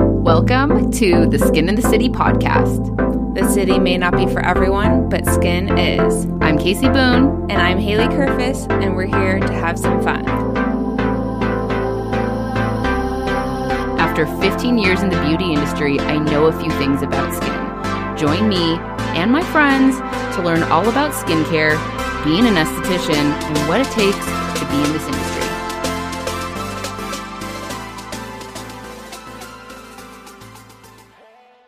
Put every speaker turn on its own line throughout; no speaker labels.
Welcome to the Skin in the City podcast.
The city may not be for everyone, but skin is.
I'm Casey Boone.
And I'm Haley Kerfis, and we're here to have some fun.
After 15 years in the beauty industry, I know a few things about skin. Join me and my friends to learn all about skincare, being an esthetician, and what it takes to be in this industry.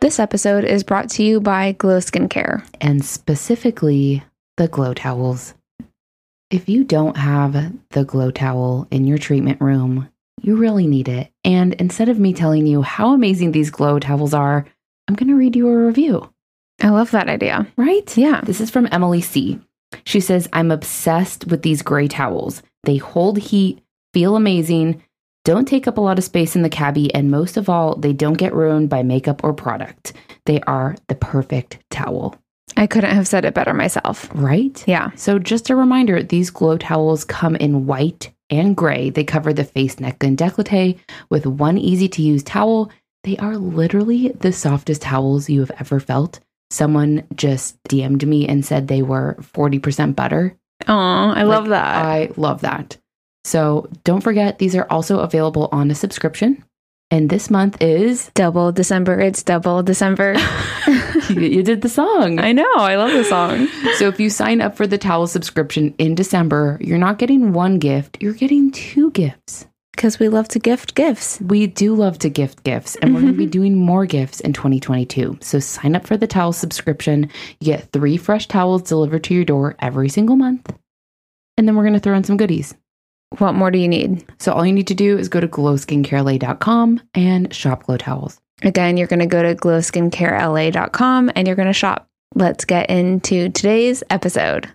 This episode is brought to you by Glow Skincare.
and specifically the glow towels. If you don't have the glow towel in your treatment room, you really need it. And instead of me telling you how amazing these glow towels are, I'm going to read you a review,
I love that idea.
right?
Yeah.
This is from Emily C. She says, I'm obsessed with these gray towels. They hold heat, feel amazing, don't take up a lot of space in the cabbie, and most of all, they don't get ruined by makeup or product. They are the perfect towel,
I couldn't have said it better myself.
right?
Yeah.
So, just a reminder these glow towels come in white and gray. They cover the face, neck, and décolleté with one easy to use towel. They are literally the softest towels you have ever felt. Someone just DM'd me and said they were 40% butter.
Oh, I
Like,
love that.
I love that. So, don't forget, these are also available on a subscription. And this month is.
double December. It's double December.
you, you did the song.
I know. I love the song.
So if you sign up for the towel subscription in December, you're not getting one gift, you're getting two gifts.
Because we love to gift gifts.
We do love to gift gifts, and we're going to be doing more gifts in 2022. So sign up for the towel subscription. You get three fresh towels delivered to your door every single month. And then we're going to throw in some goodies.
What more do you need?
So all you need to do is go to glowskincarelay.com and shop glow towels.
Again, you're going to go to glowskincarela.com and you're going to shop. Let's get into today's episode.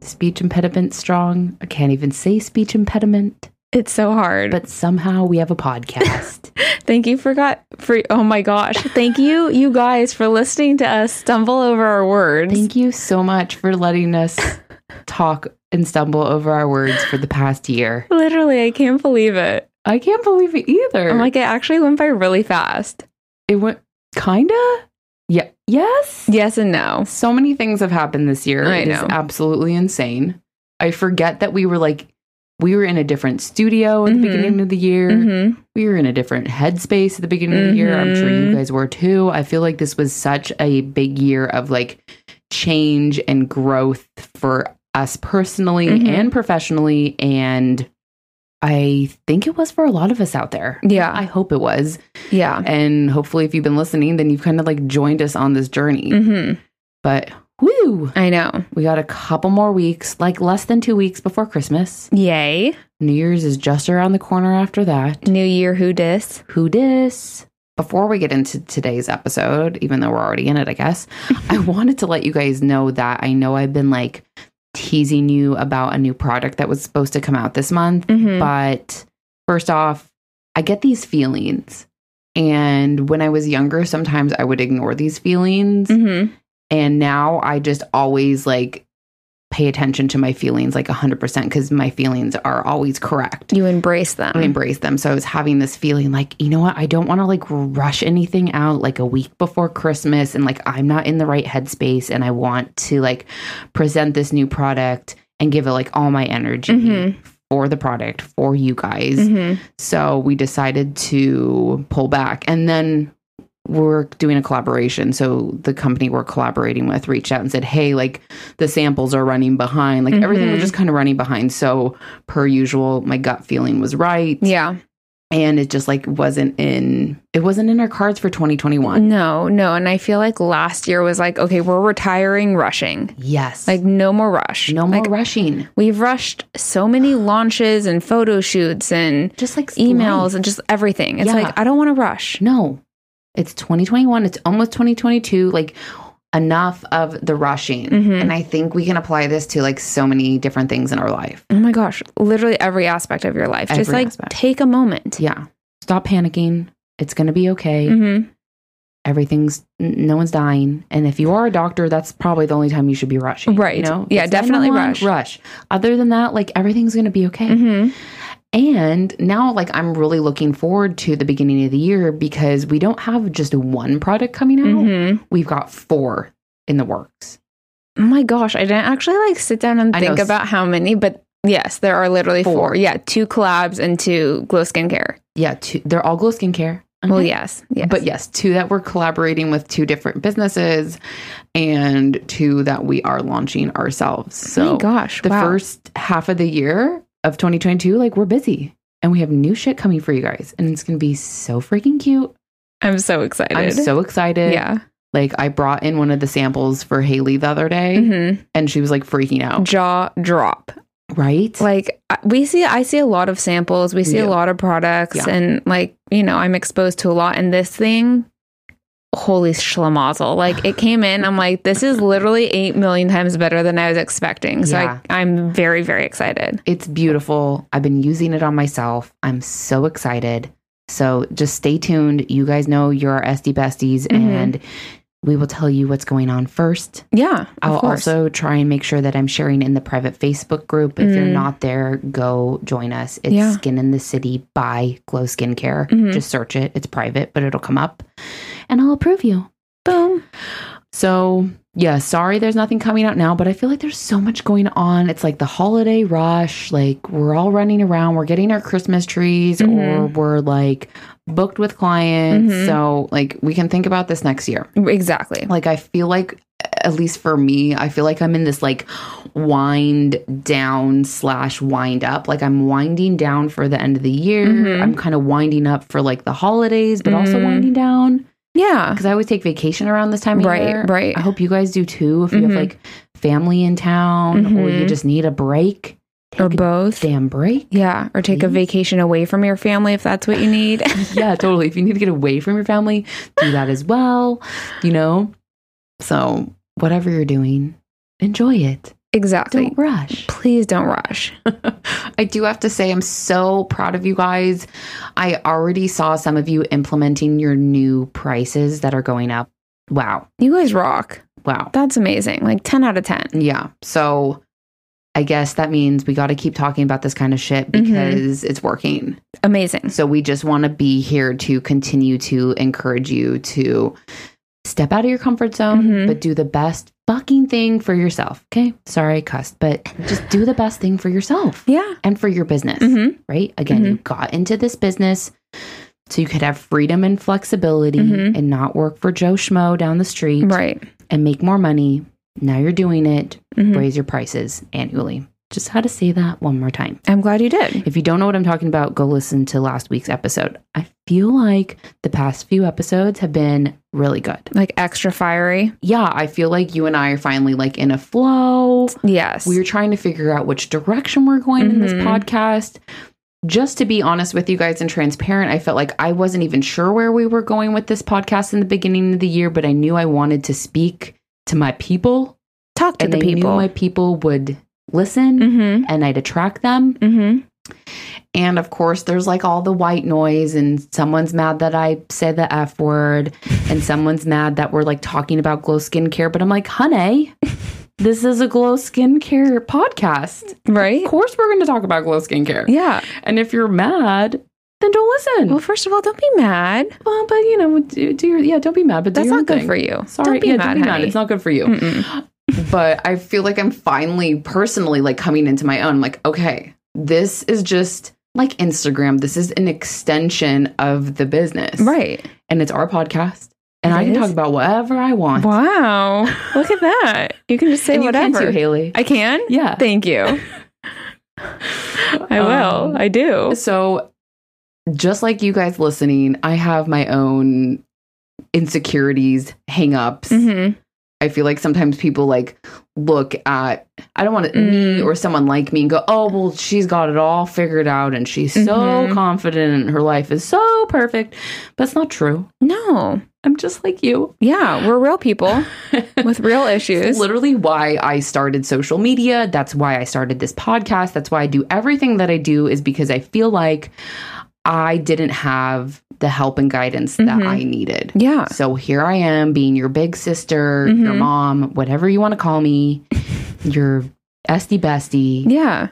Speech impediment strong. I can't even say speech impediment,
It's so hard.
but somehow we have a podcast.
Thank you for got for oh my gosh. Thank you you guys for listening to us stumble over our words.
Thank you so much for letting us talk and stumble over our words for the past year.
Literally, I can't believe it.
I can't believe it either.
I'm like it actually went by really fast.
it went kinda. Yeah. Yes.
Yes and no.
So many things have happened this year.
I
It is
know.
absolutely insane. I forget that we were like we were in a different studio at
Mhm.
the beginning of the year.
Mhm.
We were in a different headspace at the beginning of the year. I'm sure you
Mhm.
guys were too. I feel like this was such a big year of like change and growth for us personally
Mhm.
and professionally. And I think it was for a lot of us out there.
Yeah.
I hope it was.
Yeah.
And hopefully, if you've been listening, then you've kind of like joined us on this journey.
Mhm.
But woo,
I know.
we got a couple more weeks, like less than two weeks before Christmas.
Yay.
New Year's is just around the corner after that.
New year who dis?
Who dis? Before we get into today's episode, even though we're already in it, I guess, I wanted to let you guys know that I know I've been like teasing you about a new product that was supposed to come out this month.
Mhm.
But first off, I get these feelings. And when I was younger, sometimes I would ignore these feelings.
Mhm.
And now I just always like pay attention to my feelings like 100% because my feelings are always correct.
You embrace them.
I embrace them. So I was having this feeling like, you know what? I don't want to like rush anything out like a week before Christmas and like I'm not in the right headspace and I want to like present this new product and give it like all my energy
Mhm.
for the product for you guys.
Mhm.
So we decided to pull back and then we're doing a collaboration. So the company we're collaborating with reached out and said, Hey, like the samples are running behind. Like everything was
Mhm.
just kind of running behind. So per usual, my gut feeling was right.
Yeah.
And it just like wasn't in it wasn't in our cards for 2021.
No, no. And I feel like last year was like, okay, we're retiring rushing.
Yes.
Like
Like
no more rush.
no more
Like,
rushing.
We've rushed so many launches and photo shoots and
Just like
emails
life.
and just everything. It's
Yeah.
like, I don't want to rush.
No. It's 2021. It's almost 2022. Like enough of the rushing.
Mhm.
And I think we can apply this to like so many different things in our life.
Oh my gosh, literally every aspect of your life. just
Every
like
aspect.
take a moment. Mm-hmm.
Yeah. Stop panicking. It's going to be okay.
Mhm.
Everything's n- no one's dying, and if you are a doctor, that's probably the only time you should be rushing.
Right.
You know?
Yeah,
It's
definitely
911,
rush.
Rush. Other than that, like everything's gonna be okay.
hmm
And now, like, I'm really looking forward to the beginning of the year because we don't have just one product coming out.
hmm
We've got four in the works.
Oh my gosh, I didn't actually like sit down and
I
think
know.
about how many, but yes, there are literally four.
Four.
Yeah, two collabs and two glow skincare.
Yeah, two, they're all Glow Skincare.
Well,
Okay.
yes, yes.
Mm-hmm. But yes, two that we're collaborating with two different businesses and two that we are launching ourselves.
oh
So
my gosh,
the
wow.
first half of the year of 2022, like we're busy and we have new shit coming for you guys. And it's going to be so freaking cute.
I'm so excited.
I'm so excited.
yeah.
Like I brought in one of the samples for Haley the other day
hmm
and she was like freaking out.
Jaw drop.
Right?
Like I- we see, I see a lot of samples. We see a
Yeah.
lot of products,
Yeah.
and like you know, I'm exposed to a lot. And this thing, holy schlamazel! Like it came in, I'm like, this is literally eight million times better than I was expecting. So
Yeah.
I, I'm very, very excited.
it's beautiful. I've been using it on myself. I'm so excited. So just stay tuned. You guys know you're our SD besties
Mhm.
and we will tell you what's going on first.
Yeah, of
I'll
course.
also try and make sure that I'm sharing in the private Facebook group. If you're
Mm.
not there, go join us. It's
Yeah.
Skin in the City by Glow Skincare.
Mhm.
Just search it. It's private, but it'll come up and I'll approve you.
boom.
So, yeah, sorry there's nothing coming out now, but I feel like there's so much going on. It's like the holiday rush. Like, we're all running around, we're getting our Christmas trees, or
Mhm.
we're like booked with clients.
Mhm.
So, like, we can think about this next year.
Exactly.
Like, I feel like, at least for me, I feel like I'm in this like wind down slash wind up. Like, I'm winding down for the end of the year.
Mhm.
I'm kind of winding up for like the holidays, but also
Mm.
winding down
Yeah.
because I always take vacation around this time of year.
Right. Right.
I hope you guys do too. If you have
Mhm.
like family in town or you
Mhm.
just need a break, take
Or
a
both.
damn break.
Yeah. Or take a
Please.
vacation away from your family if that's what you need.
yeah, totally. If you need to get away from your family, do that as well, you know? So, whatever you're doing, enjoy it.
exactly.
Don't rush.
Please don't rush.
I do have to say, I'm so proud of you guys. I already saw some of you implementing your new prices that are going up. Wow.
You guys rock.
Wow.
That's amazing. Like 10 out of 10.
Yeah. So I guess that means we got to keep talking about this kind of shit because it's working.
Amazing.
So we just want to be here to continue to encourage you to step out of your comfort zone,
Mhm.
but do the best fucking thing for yourself. Okay. Sorry, I cussed, but just do the best thing for yourself
Yeah.
and for your business,
Mm-hmm.
right? Again, you got into this business. So you could have freedom and flexibility
Mhm.
and not work for Joe Schmo down the street
Right.
and make more money. Now you're doing it
Mhm.
raise your prices annually. Just had to say that one more time.
I'm glad you did.
If you don't know what I'm talking about, go listen to last week's episode. I feel like the past few episodes have been really good.
Like extra fiery.
Yeah, I feel like you and I are finally like in a flow.
Yes.
We are trying to figure out which direction we're going in this
Mhm.
podcast. Just to be honest with you guys and transparent, I felt like I wasn't even sure where we were going with this podcast in the beginning of the year, but I knew I wanted to speak to my people
Talk to
and
the
I
people.
knew my people would listen
mm-hmm.
and I'd attract them.
Mm-hmm.
And of course, there's like all the white noise, and someone's mad that I say the F word, and someone's mad that we're like talking about glow skincare. But I'm like, honey, this is a glow skincare podcast.
Right?
Of course, we're going to talk about glow skincare.
Yeah.
And if you're mad, then don't listen.
Well,
Well,
first of all, don't be mad.
but you know, do, do your, yeah, don't be mad, but do
That's
your
not
own
good
thing.
for you.
Sorry,
Don't be
yeah,
mad.
don't be mad.
honey.
It's not good for you.
Mm-mm.
but I feel like I'm finally personally like coming into my own. Like, okay, this is just like Instagram. This is an extension of the business.
Right.
And it's our podcast. And
It
I can
is.
talk about whatever I want.
Wow. Look at that. You can just say
and you
whatever.
can too, Haley.
I can?
yeah.
Thank you. I will.
Um,
I do.
So just like you guys listening, I have my own insecurities, hangups.
Mm-hmm.
I feel like sometimes people like look at I don't want to me
Mm.
or someone like me and go, "Oh, well, she's got it all figured out and she's so
Mhm.
confident and her life is so perfect." But it's not true.
No.
I'm just like you.
Yeah, we're real people with real
It's
issues.
literally why I started social media. That's why I started this podcast. That's why I do everything that I do is because I feel like I didn't have the help and guidance that
Mhm.
I needed.
Yeah.
So here I am being your big sister, your
Mhm.
mom, whatever you want to call me, your esty bestie.
Yeah.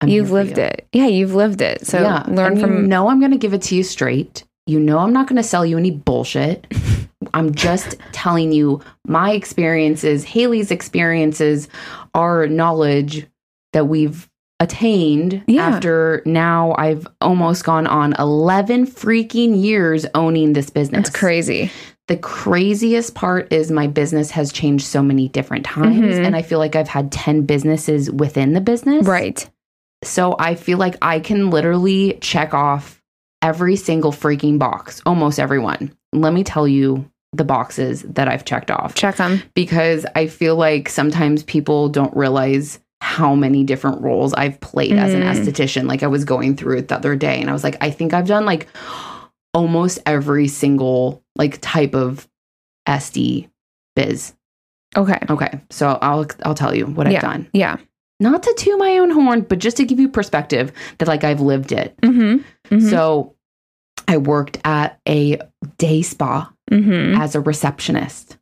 I'm here
you've
for
lived
you.
it. Yeah, you've lived it. So
Yeah.
learn
And You
from
know, I'm going to give it to you straight. You know, I'm not going to sell you any bullshit. I'm just telling you my experiences, Haley's experiences, our knowledge that we've attained
Yeah.
after now I've almost gone on 11 freaking years owning this business.
it's crazy.
The craziest part is my business has changed so many different times.
Mhm.
And I feel like I've had 10 businesses within the business.
Right.
So I feel like I can literally check off every single freaking box, almost everyone. Let me tell you the boxes that I've checked off
Check them.
because I feel like sometimes people don't realize how many different roles I've played as an
Mm.
esthetician. Like I was going through it the other day and I was like, I think I've done like almost every single like type of SD biz.
Okay.
Okay. So I'll I'll tell you what I've done
Yeah.
not to toot my own horn, but just to give you perspective that like I've lived it.
Mm-hmm.
So I worked at a day spa
mm-hmm.
as a receptionist,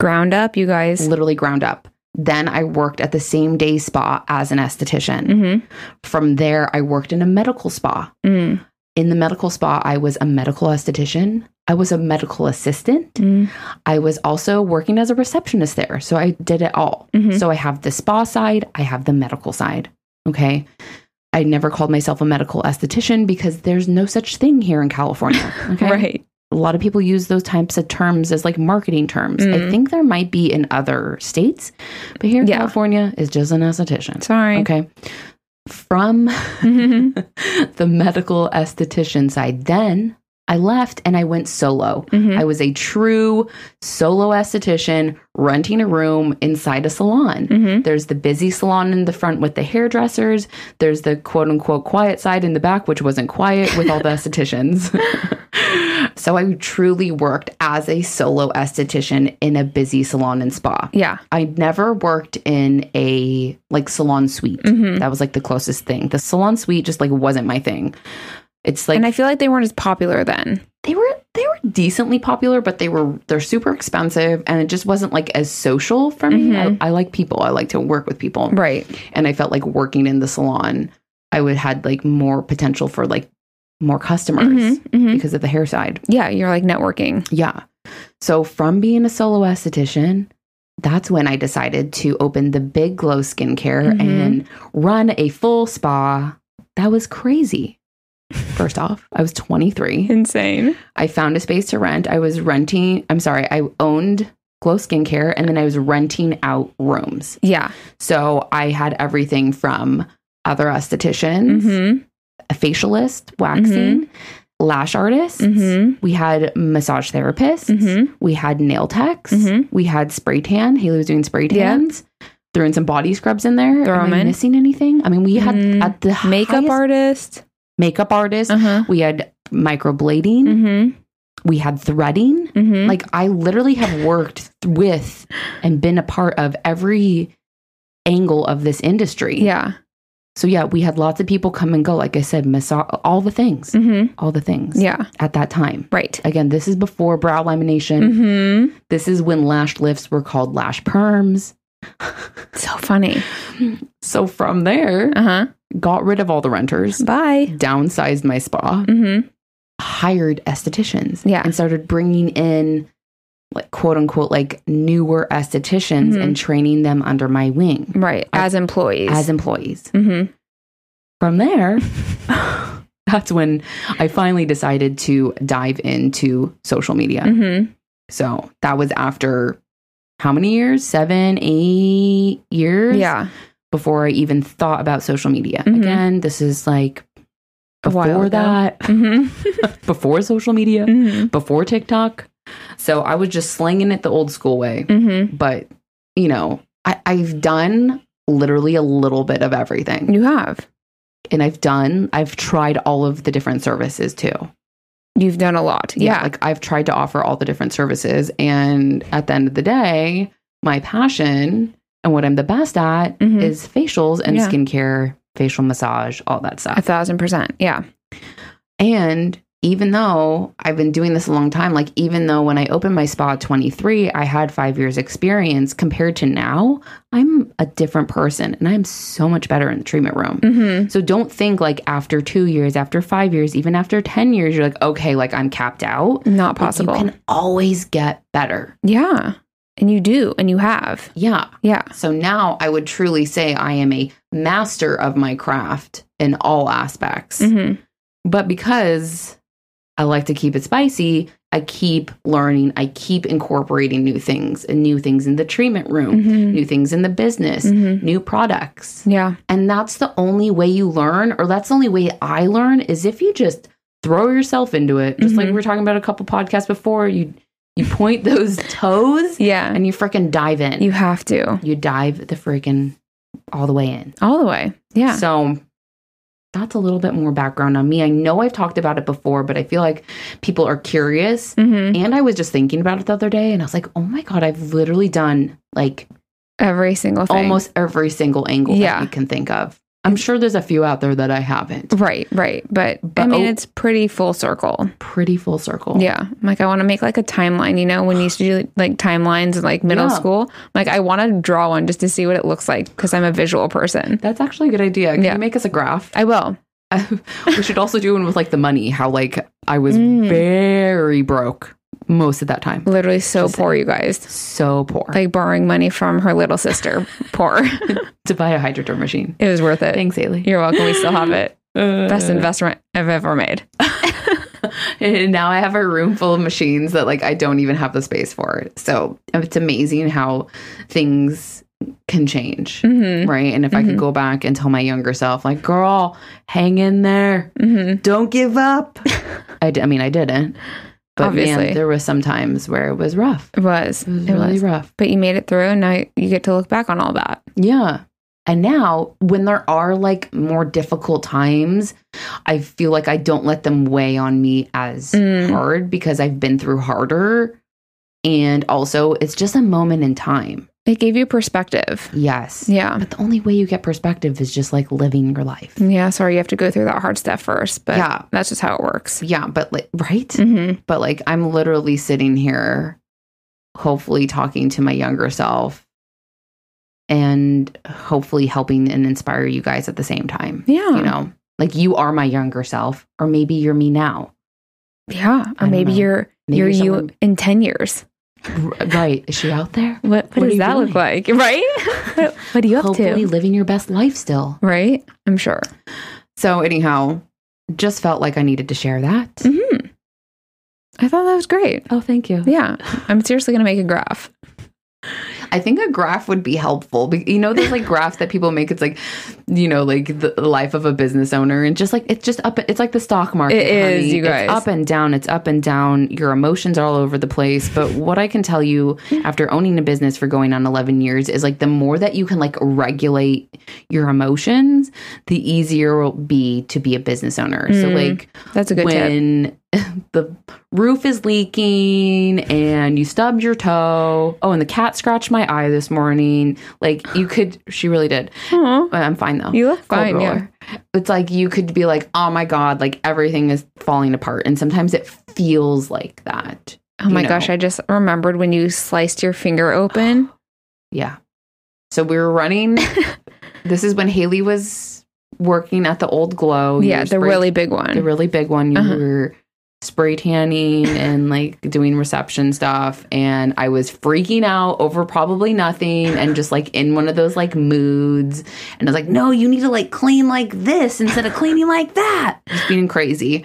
ground up, you guys.
literally ground up. Then I worked at the same day spa as an esthetician.
Mm-hmm.
From there, I worked in a medical spa.
Mm-hmm.
In the medical spa, I was a medical esthetician. I was a medical assistant.
Mm-hmm.
I was also working as a receptionist there. So I did it all.
Mhm.
So I have the spa side, I have the medical side. Okay. I never called myself a medical esthetician because there's no such thing here in California. Okay.
Right.
A lot of people use those types of terms as like marketing terms. I
Mm.
think there might be in other states, but here in
Yeah.
California, it's just an esthetician.
Sorry.
Okay. From
Mm-hmm.
the medical esthetician side, then I left and I went solo.
Mm-hmm.
I was a true solo esthetician renting a room inside a salon.
Mm-hmm.
There's the busy salon in the front with the hairdressers. There's the quote unquote quiet side in the back, which wasn't quiet with all the estheticians. so I truly worked as a solo esthetician in a busy salon and spa.
Yeah.
I never worked in a like salon suite.
Mm-hmm.
That was like the closest thing. The salon suite just like wasn't my thing. It's like
and I feel like they weren't as popular then.
they were they were decently popular, but they were they're super expensive, and it just wasn't like as social for me.
Mhm.
I, I like people. I like to work with people,
Right.
and I felt like working in the salon, I would had like more potential for like more customers
Mm-hmm. Mm-hmm.
because of the hair side.
Yeah, you're like networking.
Yeah. So from being a solo esthetician, that's when I decided to open the Big Glow Skincare
Mhm.
and run a full spa. That was crazy. First off, I was 23.
Insane.
I found a space to rent. I was renting, I'm sorry, I owned Glow Skincare and then I was renting out rooms.
Yeah.
So I had everything from other estheticians,
Mm-hmm.
a facialist, waxing, lash artists.
Mm-hmm.
We had massage therapists.
Mm-hmm.
We had nail techs.
Mhm.
We had spray tan. Haley was doing spray
Yeah.
tans. Throwing some body scrubs in there.
Throw
Am
'em
I
in.
missing anything? I mean, we had
Mm,
at the
Makeup
highest-
artist.
makeup artists.
Uh-huh.
We had microblading.
Mm-hmm.
We had threading.
Mm-hmm.
Like I literally have worked th- with and been a part of every angle of this industry.
yeah.
So yeah, we had lots of people come and go. Like I said, massage all the things,
Mm-hmm.
all the things.
Yeah.
At that time,
Right.
again, this is before brow lamination.
Mm-hmm.
This is when lash lifts were called lash perms.
So funny.
So from there,
Uh-huh.
got rid of all the renters,
Bye.
downsized my spa,
Mm-hmm.
hired estheticians,
Yeah.
and started bringing in like quote unquote like newer estheticians
Mhm.
and training them under my wing
Right. As employees.
as employees.
mm-hmm.
From there, that's when I finally decided to dive into social media.
Mm-hmm.
So that was after how many years? Seven, eight years?
Yeah.
before I even thought about social media.
Mhm.
Again, this is like
A while
before
ago.
that,
Mm-hmm.
before social media,
mm-hmm.
before TikTok. So I was just slinging it the old school way.
Mm-hmm.
But, you know, I, I've done literally a little bit of everything.
You have.
And I've done, I've tried all of the different services too.
You've done a lot. Yeah.
Like I've tried to offer all the different services. And at the end of the day, my passion and what I'm the best at
Mhm.
is facials and
Yeah.
skincare, facial massage, all that
A
stuff.
thousand percent. Yeah.
And even though I've been doing this a long time, like even though when I opened my spa at 23, I had five years experience compared to now, I'm a different person and I'm so much better in the treatment room.
Mm-hmm.
So don't think like after two years, after five years, even after 10 years, you're like, okay, like I'm capped out.
Not
Like,
possible.
you can always get better.
yeah. And you do, and you have.
Yeah.
Yeah.
So now I would truly say I am a master of my craft in all aspects.
Mm-hmm.
But because I like to keep it spicy, I keep learning, I keep incorporating new things and new things in the treatment room,
Mm-hmm.
new things in the business,
Mm-hmm.
new products.
Yeah.
And that's the only way you learn, or that's the only way I learn is if you just throw yourself into it. Just like
Mhm.
we were talking about a couple podcasts before, you you point those toes
Yeah.
and you freaking dive in.
You have to.
you dive the freaking all the way in.
All the way. Yeah.
So that's a little bit more background on me. I know I've talked about it before, but I feel like people are curious.
mm-hmm.
And I was just thinking about it the other day and I was like, oh my God, I've literally done like
Every single thing.
almost every single angle
Yeah. Mm-hmm.
that you can think of. I'm sure there's a few out there that I haven't.
Right, right. But, I
But-
mean,
oh.
it's pretty full circle.
Pretty full circle.
Yeah. Like, I want to make like a timeline, you know, when you used to do like timelines in like middle
Yeah.
school. Like, I want to draw one just to see what it looks like because I'm a visual person.
That's actually a good idea. Can
Yeah.
you make us a graph?
I will.
we should also do one with like the money, how like I was
Mm.
very broke most of that time.
Literally so
Just-
poor, you guys.
So poor.
Like, borrowing money from her little sister. poor.
to buy a hydroderm machine.
It was worth it.
Thanks, Haley.
You're welcome. We still have it. Best
Uh,
investment I've ever made.
And now I have a room full of machines that like I don't even have the space for. So um, it's amazing how things can change,
Mm
right? And if I could
Mhm.
go back and tell my younger self, like, girl, hang in there,
hmm. Mm
don't give up. I, d- I mean, I didn't, but
Obviously.
man, there was some times where it was rough.
hmm. It was.
It was really rough.
But you made it through, and now you get to look back on all that.
Yeah. And now, when there are like more difficult times, I feel like I don't let them weigh on me as
Mm.
hard because I've been through harder. And also, it's just a moment in time.
It gave you perspective.
Yes.
Yeah.
But the only way you get perspective is just like living your life.
Yeah, sorry, you have to go through that hard stuff first, but
Yeah.
that's just how it works.
Yeah. But like, right?
Mm-hmm.
But like, I'm literally sitting here, hopefully talking to my younger self and hopefully helping and inspire you guys at the same time.
Yeah,
You know, like you are my younger self, or maybe you're me now.
yeah.
I
Or
don't
maybe
know.
you're
Maybe
you're you
someone-
in ten years.
R- Right. Is she out there?
What
What
what,
are
does
you
that look
doing?
like? Right? what, what are you up
hopefully
to?
living your best life still.
Right? I'm sure.
So anyhow, just felt like I needed to share that.
Mm-hmm. I thought that was great.
Mm. Oh, thank you.
Yeah, I'm seriously gonna make a graph.
I think a graph would be helpful. Be- You know, there's like graphs that people make. It's like, you know, like the life of a business owner, and just like it's just up. It's like the stock market.
It is,
honey.
you guys.
It's up and down. It's up and down. Your emotions are all over the place. But what I can tell you, after owning a business for going on 11 years, is like the more that you can like regulate your emotions, the easier it will be to be a business owner. So
Mm.
like.
That's a good tip.
when the roof is leaking and you stubbed your toe. Oh, and the cat scratched my eye this morning. Like you could, she really did.
Aw,
But I'm fine though.
you look
Cold
fine. Yeah.
roller. It's like you could be like, oh my god, like everything is falling apart, and sometimes it feels like that.
Oh my
you know.
gosh, I just remembered when you sliced your finger open.
Yeah. So we were running. this is when Haley was working at the old glow. Oh, You
yeah,
were
the
spray-
really big one.
the really big one. You
Uh-huh.
were spray tanning and like doing reception stuff, and I was freaking out over probably nothing, and just like in one of those like moods. And I was like, "No, you need to like clean like this instead of cleaning like that." Just being crazy,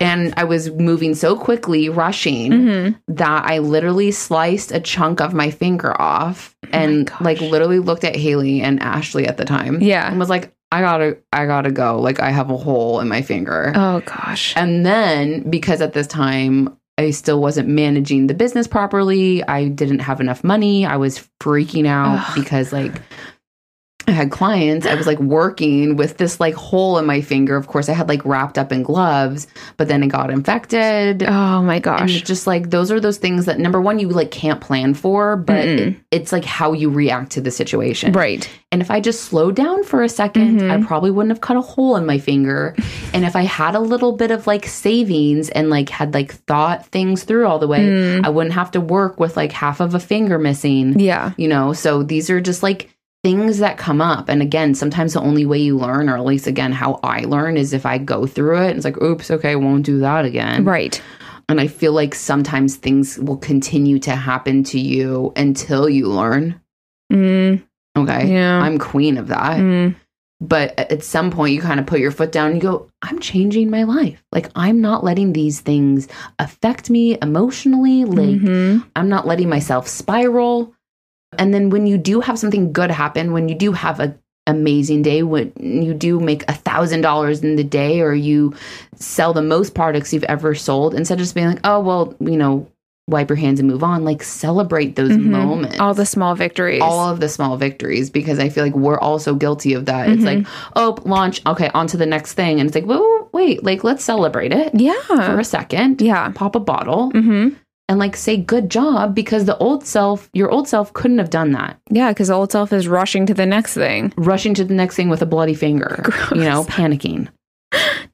and I was moving so quickly, rushing
Mhm.
that I literally sliced a chunk of my finger off, and
Oh gosh.
like literally looked at Haley and Ashley at the time, and
Yeah.
was like. I gotta, I gotta go. Like I have a hole in my finger.
Oh gosh.
And then because at this time I still wasn't managing the business properly, I didn't have enough money. I was freaking out
Ugh.
because like I had clients. I was like working with this like hole in my finger. Of course, I had like wrapped up in gloves, but then it got infected.
Oh my
And
gosh.
it's just like those are those things that number one you like can't plan for, but it, it's like how you react to the situation.
Right.
And if I just slowed down for a 2nd
Mm-hmm.
I probably wouldn't have cut a hole in my finger. and if I had a little bit of like savings and like had like thought things through all the way,
Mm.
I wouldn't have to work with like half of a finger missing,
Mm-hmm. Yeah.
you know? So these are just like things that come up. And again, sometimes the only way you learn, or at least again, how I learn is if I go through it and it's like, oops, okay, I won't do that again.
Right.
And I feel like sometimes things will continue to happen to you until you learn.
Mm,
Okay.
yeah.
I'm queen of that.
Mm,
But at some point, you kind of put your foot down and you go, I'm changing my life. Like, I'm not letting these things affect me emotionally. Like,
mhm.
I'm not letting myself spiral. And then when you do have something good happen, when you do have a amazing day, when you do make a thousand dollars in the day or you sell the most products you've ever sold, instead of just being like, oh well, you know, wipe your hands and move on, like celebrate those
Mhm.
moments.
All the small victories.
all of the small victories because I feel like we're also guilty of that. It's like, oh, launch, okay, on to the next thing. And it's like, whoa, wait, like let's celebrate it for
yeah.
a second.
Uh-huh. Yeah.
Pop a bottle
hmm
and like say good job because the old self, your old self couldn't have done that.
Yeah. Because old self is rushing to the next thing.
Rushing to the next thing with a bloody finger, you know, panicking.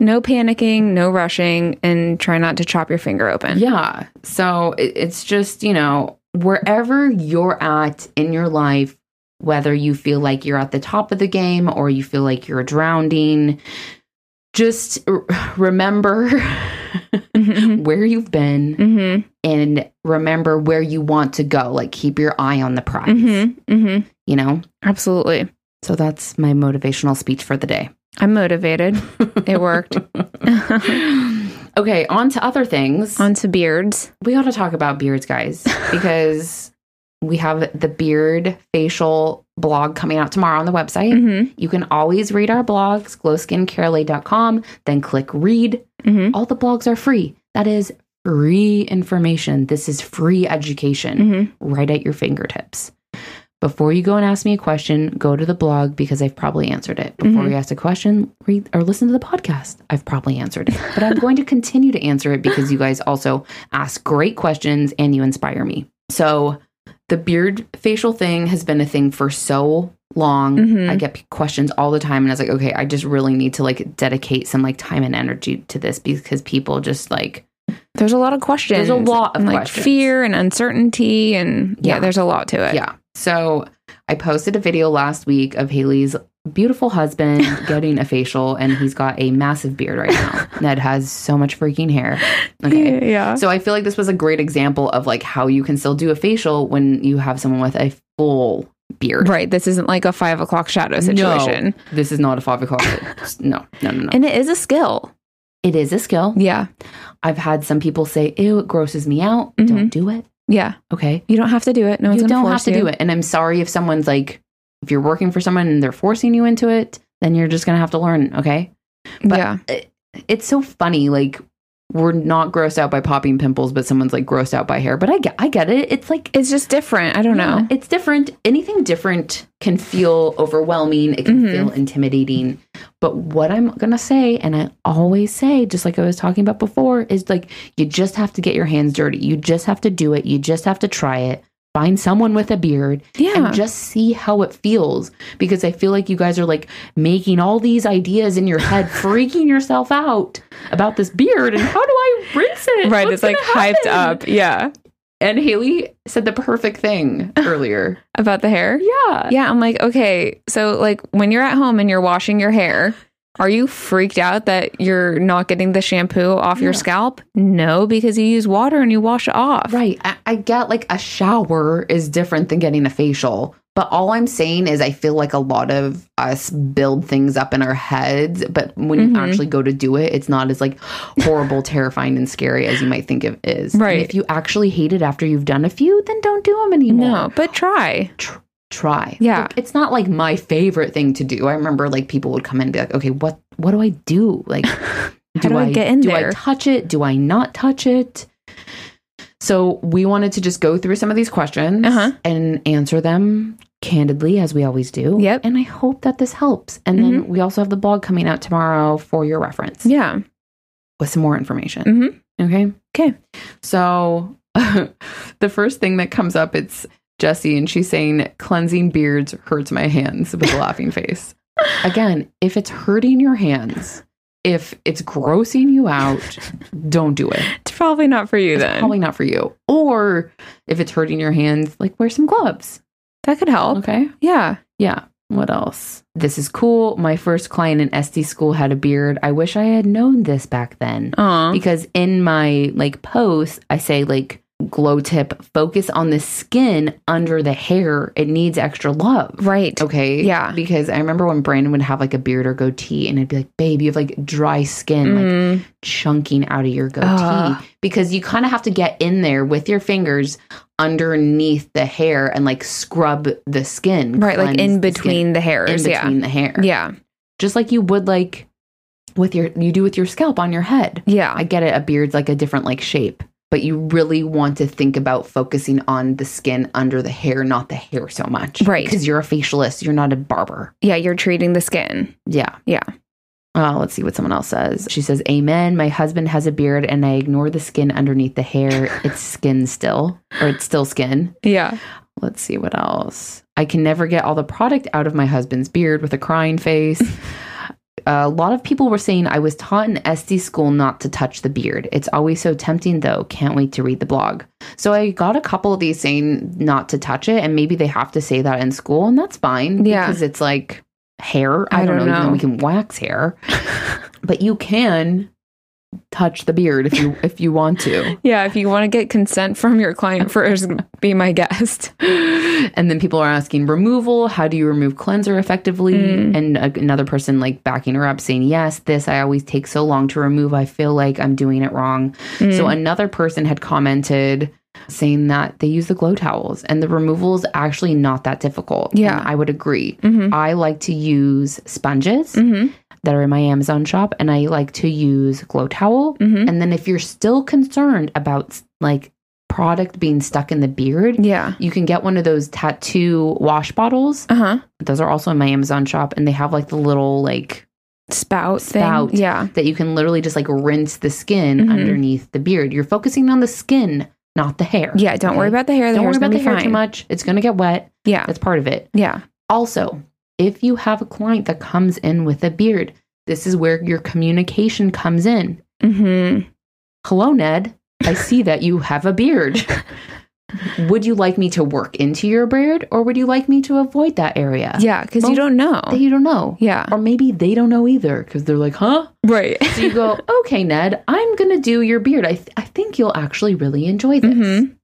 No panicking, no rushing, and try not to chop your finger open.
Yeah. So it, it's just, you know, wherever you're at in your life, whether you feel like you're at the top of the game or you feel like you're drowning, just r- remember
hmm
where you've been
hmm
and remember where you want to go. Like keep your eye on the prize,
hmm hmm
you know?
Absolutely.
So that's my motivational speech for the day.
I'm motivated. It worked.
okay, on to other things.
On to beards.
we ought to talk about beards, guys, because we have the beard facial blog coming out tomorrow on the website.
hmm
You can always read our blogs, glowskincarolay.com, then click read.
hmm
All the blogs are free. That is free information. This is free education
hmm
right at your fingertips. Before you go and ask me a question, go to the blog because I've probably answered it. Before
Mhm.
you ask a question, read or listen to the podcast. I've probably answered it. But I'm going to continue to answer it because you guys also ask great questions and you inspire me. So, the beard facial thing has been a thing for so long.
Mhm.
I get p- questions all the time and I was like, "Okay, I just really need to like dedicate some like time and energy to this because people just like
There's a lot of questions.
There's a lot of
and, like
questions.
fear and uncertainty, and yeah.
Yeah.
there's a lot to it.
Yeah. So I posted a video last week of Haley's beautiful husband getting a facial, and he's got a massive beard right now that has so much freaking hair. Okay.
Yeah.
So I feel like this was a great example of like how you can still do a facial when you have someone with a full beard.
Right. This isn't like a five o'clock shadow situation.
No, this is not a five o'clock. no, no, no, no.
And it is a skill.
It is a skill.
Yeah.
I've had some people say, "Ew, it grosses me out.
Mhm.
Don't do it."
Yeah.
Okay.
You don't have to do it. No one's
you
going
don't
force
have to do it. And I'm sorry if someone's like, if you're working for someone and they're forcing you into it, then you're just gonna have to learn. Okay, But-
yeah.
it's so funny. Like we're not grossed out by popping pimples, but someone's like grossed out by hair. But I get, I get it. It's like
It's just different. I don't know.
it's different. Anything different can feel overwhelming. It can
Mhm.
feel intimidating. But what I'm gonna say, and I always say, just like I was talking about before, is like you just have to get your hands dirty. You just have to do it. You just have to try it. Find someone with a beard
Yeah.
and just see how it feels because I feel like you guys are like making all these ideas in your head, freaking yourself out about this beard and how do I rinse it?
right.
What's
it's like
gonna
hyped
happen?
up. Yeah.
And Haley said the perfect thing earlier.
About the hair.
yeah.
Yeah, I'm like, okay, so like when you're at home and you're washing your hair, are you freaked out that you're not getting the shampoo off your
Yeah.
scalp? No, because you use water and you wash it off.
Right. I, I get like a shower is different than getting a facial. But all I'm saying is, I feel like a lot of us build things up in our heads. But when
Mhm.
you actually go to do it, it's not as like horrible, terrifying, and scary as you might think it is. And
Right.
if you actually hate it after you've done a few, then don't do them anymore.
No, but try.
Try.
Yeah.
Like, it's not like my favorite thing to do. I remember like people would come in and be like, okay, what, what do I do? Like,
How do I get in
do
there?
I touch it? Do I not touch it? So we wanted to just go through some of these questions
Uh-huh.
and answer them candidly as we always do.
Yep. Mm-hmm.
And I hope that this helps. And then we also have the blog coming out tomorrow for your reference
Yeah.
with some more information.
Mhm.
Okay.
Okay.
So the first thing that comes up, it's Jesse, and she's saying, cleansing beards hurts my hands with a laughing face. Again, if it's hurting your hands, if it's grossing you out, don't do it.
It's probably not for you
It's
then.
probably not for you. Or if it's hurting your hands, like wear some gloves.
that could help.
Okay.
Yeah.
Yeah. What else? This is cool. My first client in SD school had a beard. I wish I had known this back then
Aw.
because in my like post i say like glow tip focus on the skin under the hair it needs extra love
Right.
okay
Yeah.
because i remember when brandon would have like a beard or goatee and it'd be like babe you have like dry skin like
Mm.
chunking out of your goatee
Ugh.
because you kind of have to get in there with your fingers underneath the hair and like scrub the skin
right. Like
cleanse
in
the skin
between the, hairs.
in between the hair
yeah. Yeah.
just like you would like with your you do with your scalp on your head
Yeah.
I get it. A beard's like a different like shape, but you really want to think about focusing on the skin under the hair, not the hair so much,
Right.
Because you're a facialist, you're not a barber.
yeah. You're treating the skin.
Yeah,
Yeah.
Uh, let's see what someone else says. She says, "Amen." My husband has a beard, and I ignore the skin underneath the hair. It's skin still, or it's still skin.
Yeah.
Let's see what else. I can never get all the product out of my husband's beard with a crying face. a lot of people were saying I was taught in SD school not to touch the beard. It's always so tempting though. Can't wait to read the blog. So I got a couple of these saying not to touch it, and maybe they have to say that in school, and that's fine.
Yeah.
Because it's like hair. I, don't, know, even though we can wax hair. but you can touch the beard if you if you want to.
Yeah. If you want to get consent from your client first, be my guest.
and then people are asking removal how do you remove cleanser effectively
Mm.
and a, another person like backing her up saying yes this i always take so long to remove i feel like i'm doing it wrong so
Mm.
another person had commented saying that they use the glow towels and the removal is actually not that difficult
Yeah.
And i would agree
Mhm.
i like to use sponges
Mhm.
that are in my amazon shop and i like to use glow towel
Mhm.
and then if you're still concerned about like product being stuck in the beard
Yeah.
you can get one of those tattoo wash bottles.
Uh huh.
Those are also in my Amazon shop, and they have like the little like
Spout. thing.
Spout.
Yeah.
that you can literally just like rinse the skin
Mhm.
underneath the beard. You're focusing on the skin, not the hair.
Yeah. Don't worry
Okay?
about the hair. The
Don't
hair's
worry about the
gonna be
hair
fine.
too much. It's gonna get wet.
Yeah.
That's part of it.
Yeah.
Also, if you have a client that comes in with a beard, this is where your communication comes in.
Mm-hmm.
Hello, Ned. I see that you have a beard. would you like me to work into your beard, or would you like me to avoid that area?
Yeah. Because
Well,
you don't know.
that you don't know.
yeah.
Or maybe they don't know either because they're like, huh?
Right.
So you go, okay, Ned, I'm going to do your beard. I, th- I think you'll actually really enjoy this.
Mhm.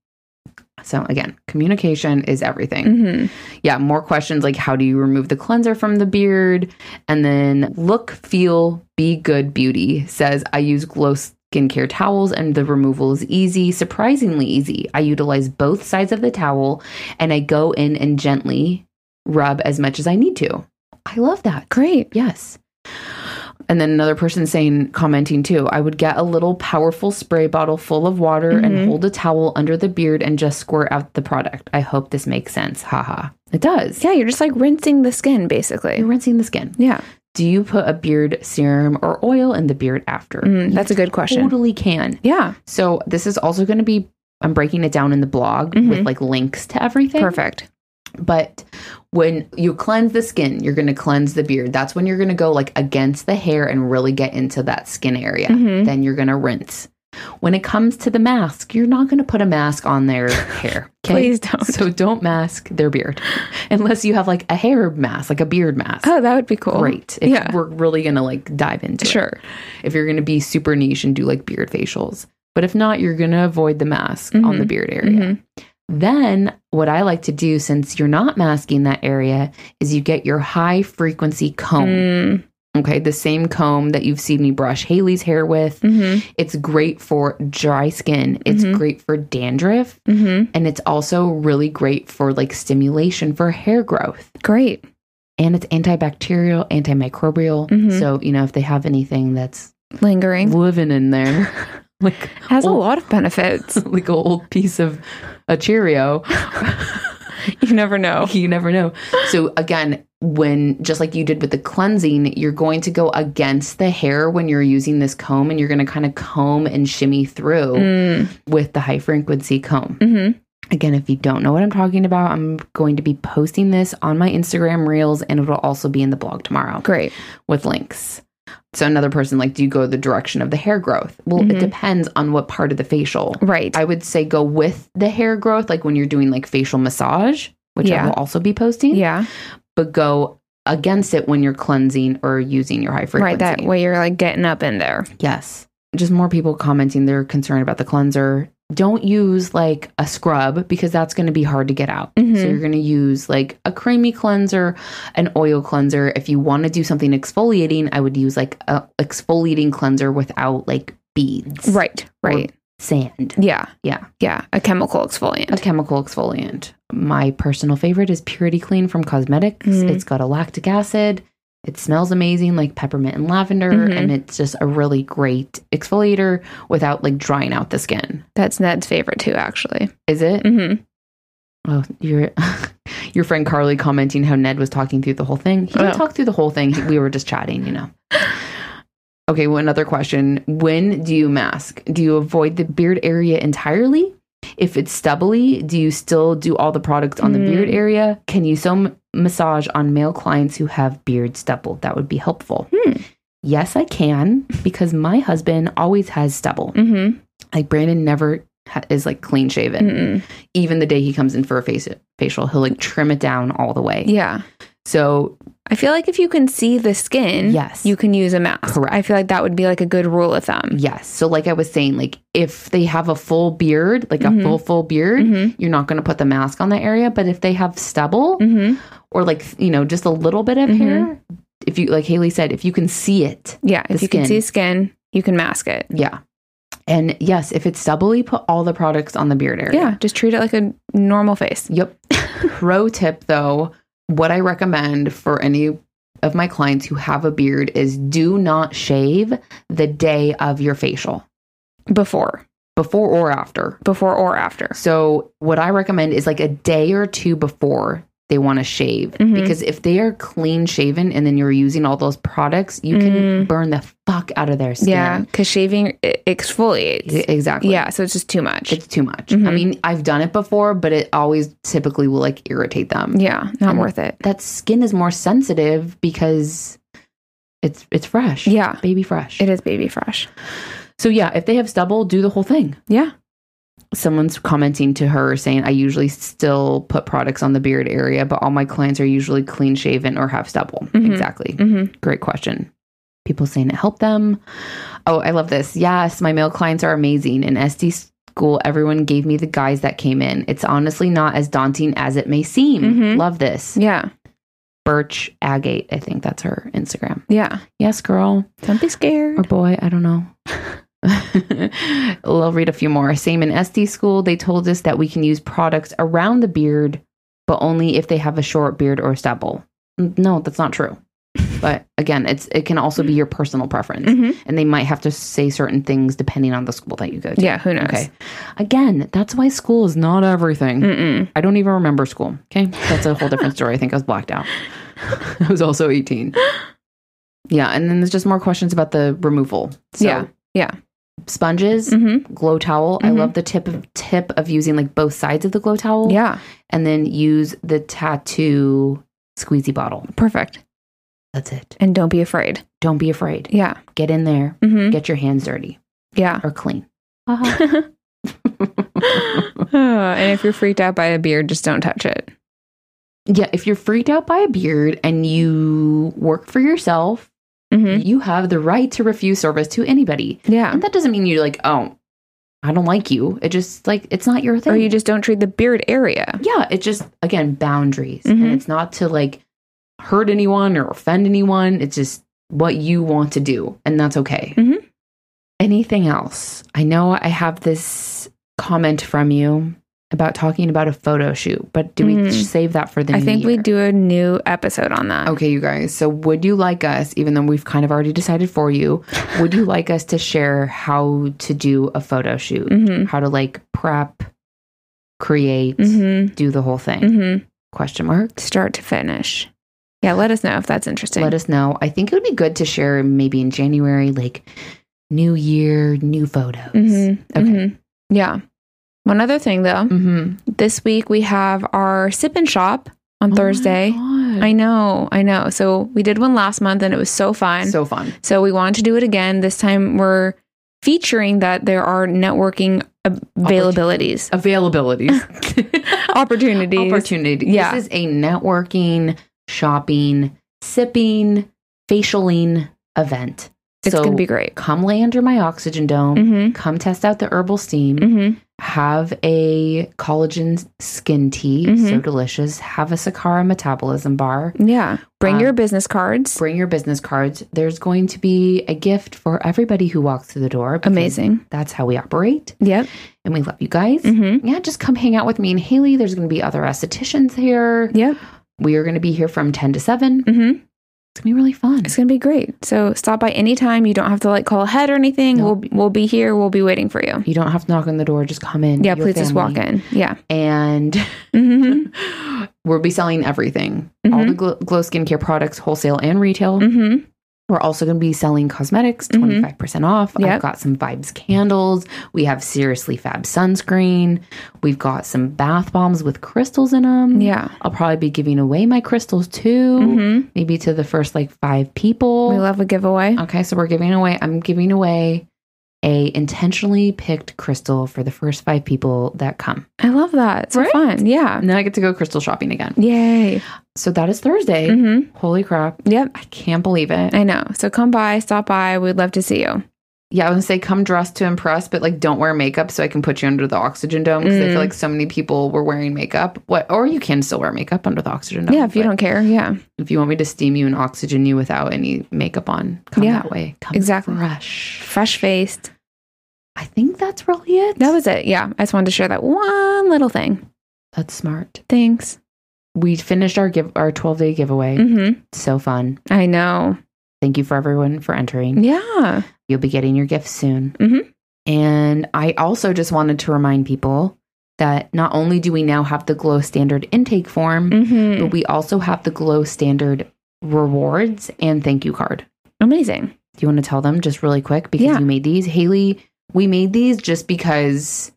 So again, communication is everything.
Mhm.
Yeah, more questions like how do you remove the cleanser from the beard? And then look, feel, be good beauty says, I use glow skincare towels and the removal is easy, surprisingly easy. I utilize both sides of the towel and I go in and gently rub as much as I need to. I love that.
Great.
Yes. And then another person saying, commenting too, I would get a little powerful spray bottle full of water
Mhm.
and hold a towel under the beard and just squirt out the product. I hope this makes sense. Haha. It does.
Yeah. You're just like rinsing the skin, basically.
You're rinsing the skin.
Yeah.
Do you put a beard serum or oil in the beard after?
Mm, that's a good question.
Totally can.
Yeah.
So this is also going to be, I'm breaking it down in the blog
Mhm.
with like links to everything.
Perfect.
But when you cleanse the skin, you're going to cleanse the beard. That's when you're going to go like against the hair and really get into that skin area.
Mhm.
Then you're going to rinse. When it comes to the mask, you're not going to put a mask on their hair. Okay?
Please don't.
So don't mask their beard unless you have like a hair mask, like a beard mask.
Oh, that would be cool.
Great. If
Yeah.
we're really going to like dive into it.
Sure.
If you're going to be super niche and do like beard facials. But if not, you're going to avoid the mask on the
Mhm.
beard area.
Mhm.
Then, what I like to do since you're not masking that area is you get your high frequency comb.
Mm.
Okay. The same comb that you've seen me brush Haley's hair with.
Mhm.
It's great for dry skin, it's
Mhm.
great for dandruff,
Mhm.
and it's also really great for like stimulation for hair growth.
Great.
And it's antibacterial, antimicrobial.
Mhm.
So, you know, if they have anything that's
Lingering
living in there, like
has a
Well-
lot of benefits.
like an old piece of a Cheerio.
you never know.
You never know. So again, when just like you did with the cleansing, you're going to go against the hair when you're using this comb and you're going to kind of comb and shimmy through with the high frequency comb.
hmm
Again, if you don't know what I'm talking about, I'm going to be posting this on my Instagram reels and it'll also be in the blog tomorrow
Great.
with links. So another person like do you go the direction of the hair growth? Well, it
Mhm.
depends on what part of the facial.
Right.
I would say go with the hair growth like when you're doing like facial massage, which
Yeah.
I will also be posting
yeah.
but go against it when you're cleansing or using your high frequency.
Right. That way you're like getting up in there.
Yes. Just more people commenting their concern about the cleanser. Don't use like a scrub because that's going to be hard to get out. So
Mhm.
you're going to use like a creamy cleanser, an oil cleanser. If you want to do something exfoliating, I would use like a exfoliating cleanser without like beads.
Right. Right.
Sand.
yeah.
Yeah.
Yeah. A chemical
A
exfoliant.
chemical exfoliant. My personal favorite is Purity Clean from Cosmetics.
Mhm.
It's got a lactic acid. It smells amazing, like peppermint and lavender,
Mhm.
and it's just a really great exfoliator without like drying out the skin.
That's Ned's favorite too, actually.
Is it?
hmm
Oh, your your friend Carly commenting how Ned was talking through the whole thing. He didn't
Oh.
talk through the whole thing. He- We were just chatting, you know. Okay, well, another question. When do you mask? Do you avoid the beard area entirely? If it's stubbly, do you still do all the products on the
Mm.
beard area? Can you so m- massage on male clients who have beard stubble? That would be helpful.
Hmm.
Yes, I can because my husband always has stubble.
hmm
Like Brandon never ha- is like clean shaven
Mm-mm.
even the day he comes in for a face facial, he'll like trim it down all the way.
Yeah.
So
I feel like if you can see the skin,
yes,
you can use a mask.
Correct.
I feel like that would be like a good rule of thumb.
yes. So like I was saying, like if they have a full beard, like
Mhm.
a full full beard,
hmm
you're not going to put the mask on that area. But if they have stubble
hmm
or like you know just a little bit of
Mhm.
hair, if you like Haley said, if you can see it,
Yeah.
The
if you
skin.
can see skin, you can mask it.
yeah. And yes, if it's stubbly, put all the products on the beard area.
Yeah. Just treat it like a normal face.
Yep. Pro tip though, what I recommend for any of my clients who have a beard is do not shave the day of your facial,
Before.
before or after.
Before or after.
So, what I recommend is like a day or two before they want to shave
Mhm.
because if they are clean shaven and then you're using all those products, you can burn the fuck out of their skin.
Mm. Yeah. Because shaving it exfoliates.
E- Exactly.
Yeah. So it's just too much.
It's too much. I
Mhm.
mean, I've done it before, but it always typically will like irritate them.
yeah. Not
And-
worth it.
that skin is more sensitive because it's it's fresh.
Yeah.
Baby fresh.
It is baby fresh.
So yeah, if they have stubble, do the whole thing.
Yeah.
Someone's commenting to her saying, I usually still put products on the beard area, but all my clients are usually clean shaven or have stubble.
Mhm.
Exactly.
hmm
Great question. People saying it helped them. Oh, I love this. Yes, my male clients are amazing. In SD school, everyone gave me the guys that came in. It's honestly not as daunting as it may seem.
Mhm.
Love this.
Yeah.
Birch Agate. I think that's her Instagram.
Yeah.
Yes, girl
Don't be scared.
or boy. I don't know. I'll read a few more. Same in SD school, they told us that we can use products around the beard, but only if they have a short beard or stubble. N- No, that's not true. But again, it's it can also be your personal preference,
hmm
and they might have to say certain things depending on the school that you go to.
Yeah. Who knows?
Okay. Again, that's why school is not everything.
Mm-mm.
I don't even remember school. Okay. That's a whole different story. I think I was blacked out. I was also 18. Yeah. And then there's just more questions about the removal.
Yeah, yeah.
Sponges,
hmm
glow towel. I
Mhm.
love the tip of, tip of using like both sides of the glow towel.
Yeah.
And then use the tattoo squeezy bottle.
Perfect.
That's it.
And don't be afraid.
Don't be afraid.
Yeah.
Get in there.
hmm
Get your hands dirty
Yeah.
or clean.
Uh-huh. Ah, and if you're freaked out by a beard, just don't touch it.
yeah. If you're freaked out by a beard and you work for yourself,
hmm
you have the right to refuse service to anybody.
Yeah.
And that doesn't mean you're like, oh, I don't like you. It just like it's not your thing.
Or you just don't treat the beard area.
yeah, it's just again boundaries, and
Mhm.
it's not to like hurt anyone or offend anyone. It's just what you want to do, and that's okay.
Mhm.
Anything else? I know I have this comment from you about talking about a photo shoot, but do we
Mm.
save that for the?
I
new
think we
year?
do a new episode on that.
Okay, you guys. So, would you like us, even though we've kind of already decided for you, would you like us to share how to do a photo shoot?
hmm
How to like prep, create,
Mm-hmm.
do the whole thing?
Mm-hmm.
Question mark.
Start to finish. Yeah, let us know if that's interesting.
Let us know. I think it would be good to share maybe in January, like new year, new photos.
Mhm,
Okay.
mhm. Yeah. One other thing though,
Mhm.
this week we have our sip and shop
Oh
on
my
Thursday.
God.
I know, I know. So we did one last month and it was so fun. So,
so fun.
we wanted to do it again. This time we're featuring that there are networking ab- availabilities,
Availabilities.
opportunities.
Opportunity.
Yeah.
This is a networking, shopping, sipping, facialing event.
It's
so
going to be great.
come lay under my oxygen dome.
Mm-hmm.
Come test out the herbal steam.
Mm-hmm.
Have a collagen skin tea,
Mhm.
so delicious. Have a Sakara metabolism bar.
Yeah. Bring
Um,
your business cards.
Bring your business cards. There's going to be a gift for everybody who walks through the door. because
Amazing.
That's how we operate,
Yep.
and we love you guys.
Mm-hmm.
Yeah, just come hang out with me and Haley. There's going to be other estheticians here.
Yep.
We are going to be here from 10 to 7. It's
Mm-hmm.
going to be really fun.
It's gonna be great. So stop by anytime. You don't have to like call ahead or anything.
No.
We'll we'll be here. We'll be waiting for you.
You don't have to knock on the door, just come in.
Yeah,
Your
please just walk
family.
in. Yeah.
And
hmm
we'll be selling everything all
Mm-hmm.
the Glo- glow skincare products, wholesale and retail.
hmm
We're also going to be selling cosmetics,
Mhm.
25% percent off. I've
Yep.
got some Vibes candles. We have Seriously Fab sunscreen. We've got some bath bombs with crystals in them.
Yeah.
I'll probably be giving away my crystals too,
hmm
maybe to the first like five people.
We love a giveaway.
Okay, so we're giving away. I'm giving away a intentionally picked crystal for the first five people that come.
I love that. So
Right?
fun. Yeah.
And then I get to go crystal shopping again.
Yay.
So that is Thursday.
hmm
Holy crap!
Yep.
I can't believe it.
I know. So come by, stop by. We'd love to see you.
Yeah, I was gonna say come dressed to impress, but like don't wear makeup so I can put you under the oxygen dome because I feel
Mm.
like so many people were wearing makeup. What? Or you can still wear makeup under the oxygen dome.
yeah, if you
but
don't care. Yeah.
if you want me to steam you and oxygen you without any makeup on, come
Yeah.
that way. Come
Exactly.
fresh.
Fresh faced.
I think that's really it.
That was it. Yeah. I just wanted to share that one little thing.
that's smart.
Thanks.
we finished our give our 12 day giveaway
hmm
so fun
I know.
thank you for everyone for entering
Yeah.
you'll be getting your gifts soon
Mhm.
and i also just wanted to remind people that not only do we now have the glow standard intake form
hmm
but we also have the glow standard rewards and thank you card
Amazing.
do you want to tell them just really quick because
Yeah.
you made these haley we made these just because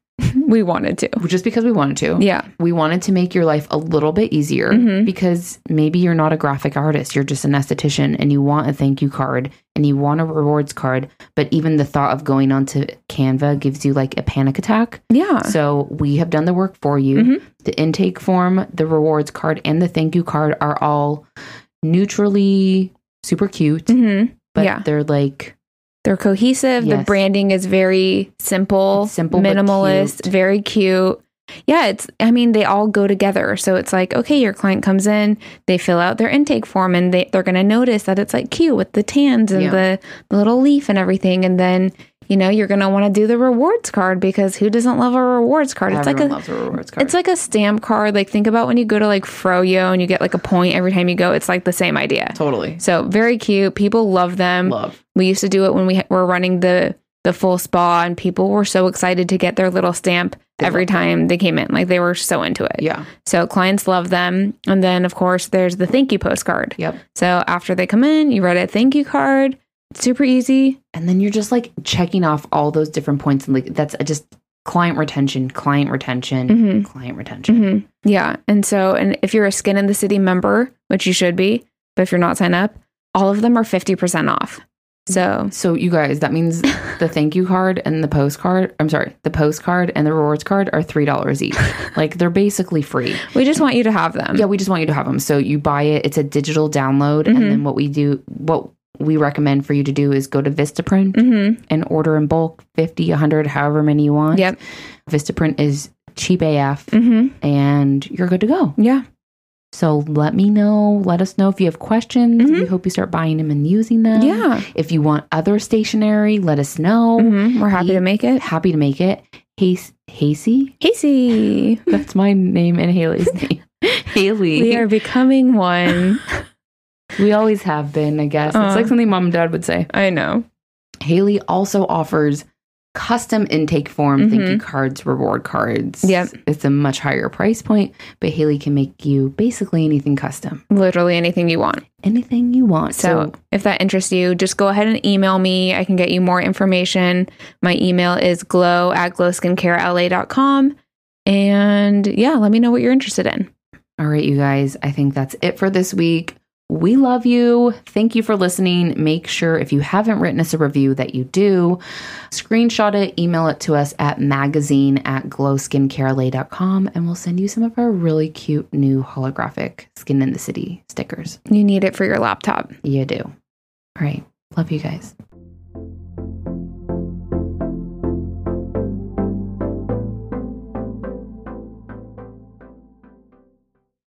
We wanted to.
just because we wanted to
Yeah.
we wanted to make your life a little bit easier
Mhm.
because maybe you're not a graphic artist, you're just an esthetician and you want a thank you card and you want a rewards card, but even the thought of going onto Canva gives you like a panic attack.
Yeah.
So we have done the work for you.
Mhm.
The intake form, the rewards card and the thank you card are all neutrally super cute,
Mm-hmm.
but
yeah.
they're like
They're cohesive.
Yes.
The branding is very simple,
It's simple but
minimalist,
cute.
very cute. Yeah, it's I mean they all go together. So it's like, okay, your client comes in, they fill out their intake form and they they're going to notice that it's like cute with the tans and
Yeah.
the, the little leaf and everything and then you know, you're going to want to do the rewards card because who doesn't love a rewards card? It's like
everyone
a
loves a rewards card.
it's like a stamp card. Like think about when you go to like Froyo and you get like a point every time you go. It's like the same idea.
totally
So very cute. People love them.
love.
We used to do it when we were running the the full spa, and people were so excited to get their little stamp
They
every
love it.
time they came in. Like they were so into it.
Yeah.
So clients love them, and then of course there's the thank you postcard.
Yep.
So after they come in, you write a thank you card. Super easy.
and then you're just like checking off all those different points and like that's just client retention client retention
Mhm.
client retention
hmm Yeah, and so and if you're a Skin in the City member, which you should be, but if you're not signed up, all of them are fifty percent off. So
so you guys that means the thank you card and the postcard i'm sorry the postcard and the rewards card are three dollars each like they're basically free
we just want you to have them.
Um, yeah we just want you to have them so you buy it it's a digital download and
Mhm.
then what we do what we recommend for you to do is go to vistaprint
hmm
and order in bulk 50 100 however many you want
Yep.
vistaprint is cheap af
hmm
and you're good to go
Yeah.
So let me know. Let us know if you have questions.
Mhm.
We hope you start buying them and using them.
yeah.
If you want other stationery, let us know.
Mhm. We're happy to make it.
Happy to make it. Hace, Hasey?
Casey,
That's my name and Haley's name. Haley.
we are becoming one.
We always have been, I guess.
Uh.
it's like something mom and dad would say.
I know.
Haley also offers custom intake form. Thank you cards, reward cards.
Mm-hmm. Yep.
It's a much higher price point, but Haley can make you basically anything custom,
Literally anything you want.
anything you want.
So, if that interests you, just go ahead and email me. I can get you more information. My email is glow at glowskincarela.com. And yeah, let me know what you're interested in.
All right, you guys, I think that's it for this week. We love you. Thank you for listening. Make sure if you haven't written us a review that you do, screenshot it, email it to us at magazine at glowskincarelay.com, and we'll send you some of our really cute new holographic Skin in the City stickers.
You need it for your laptop.
You do. All right. Love you guys.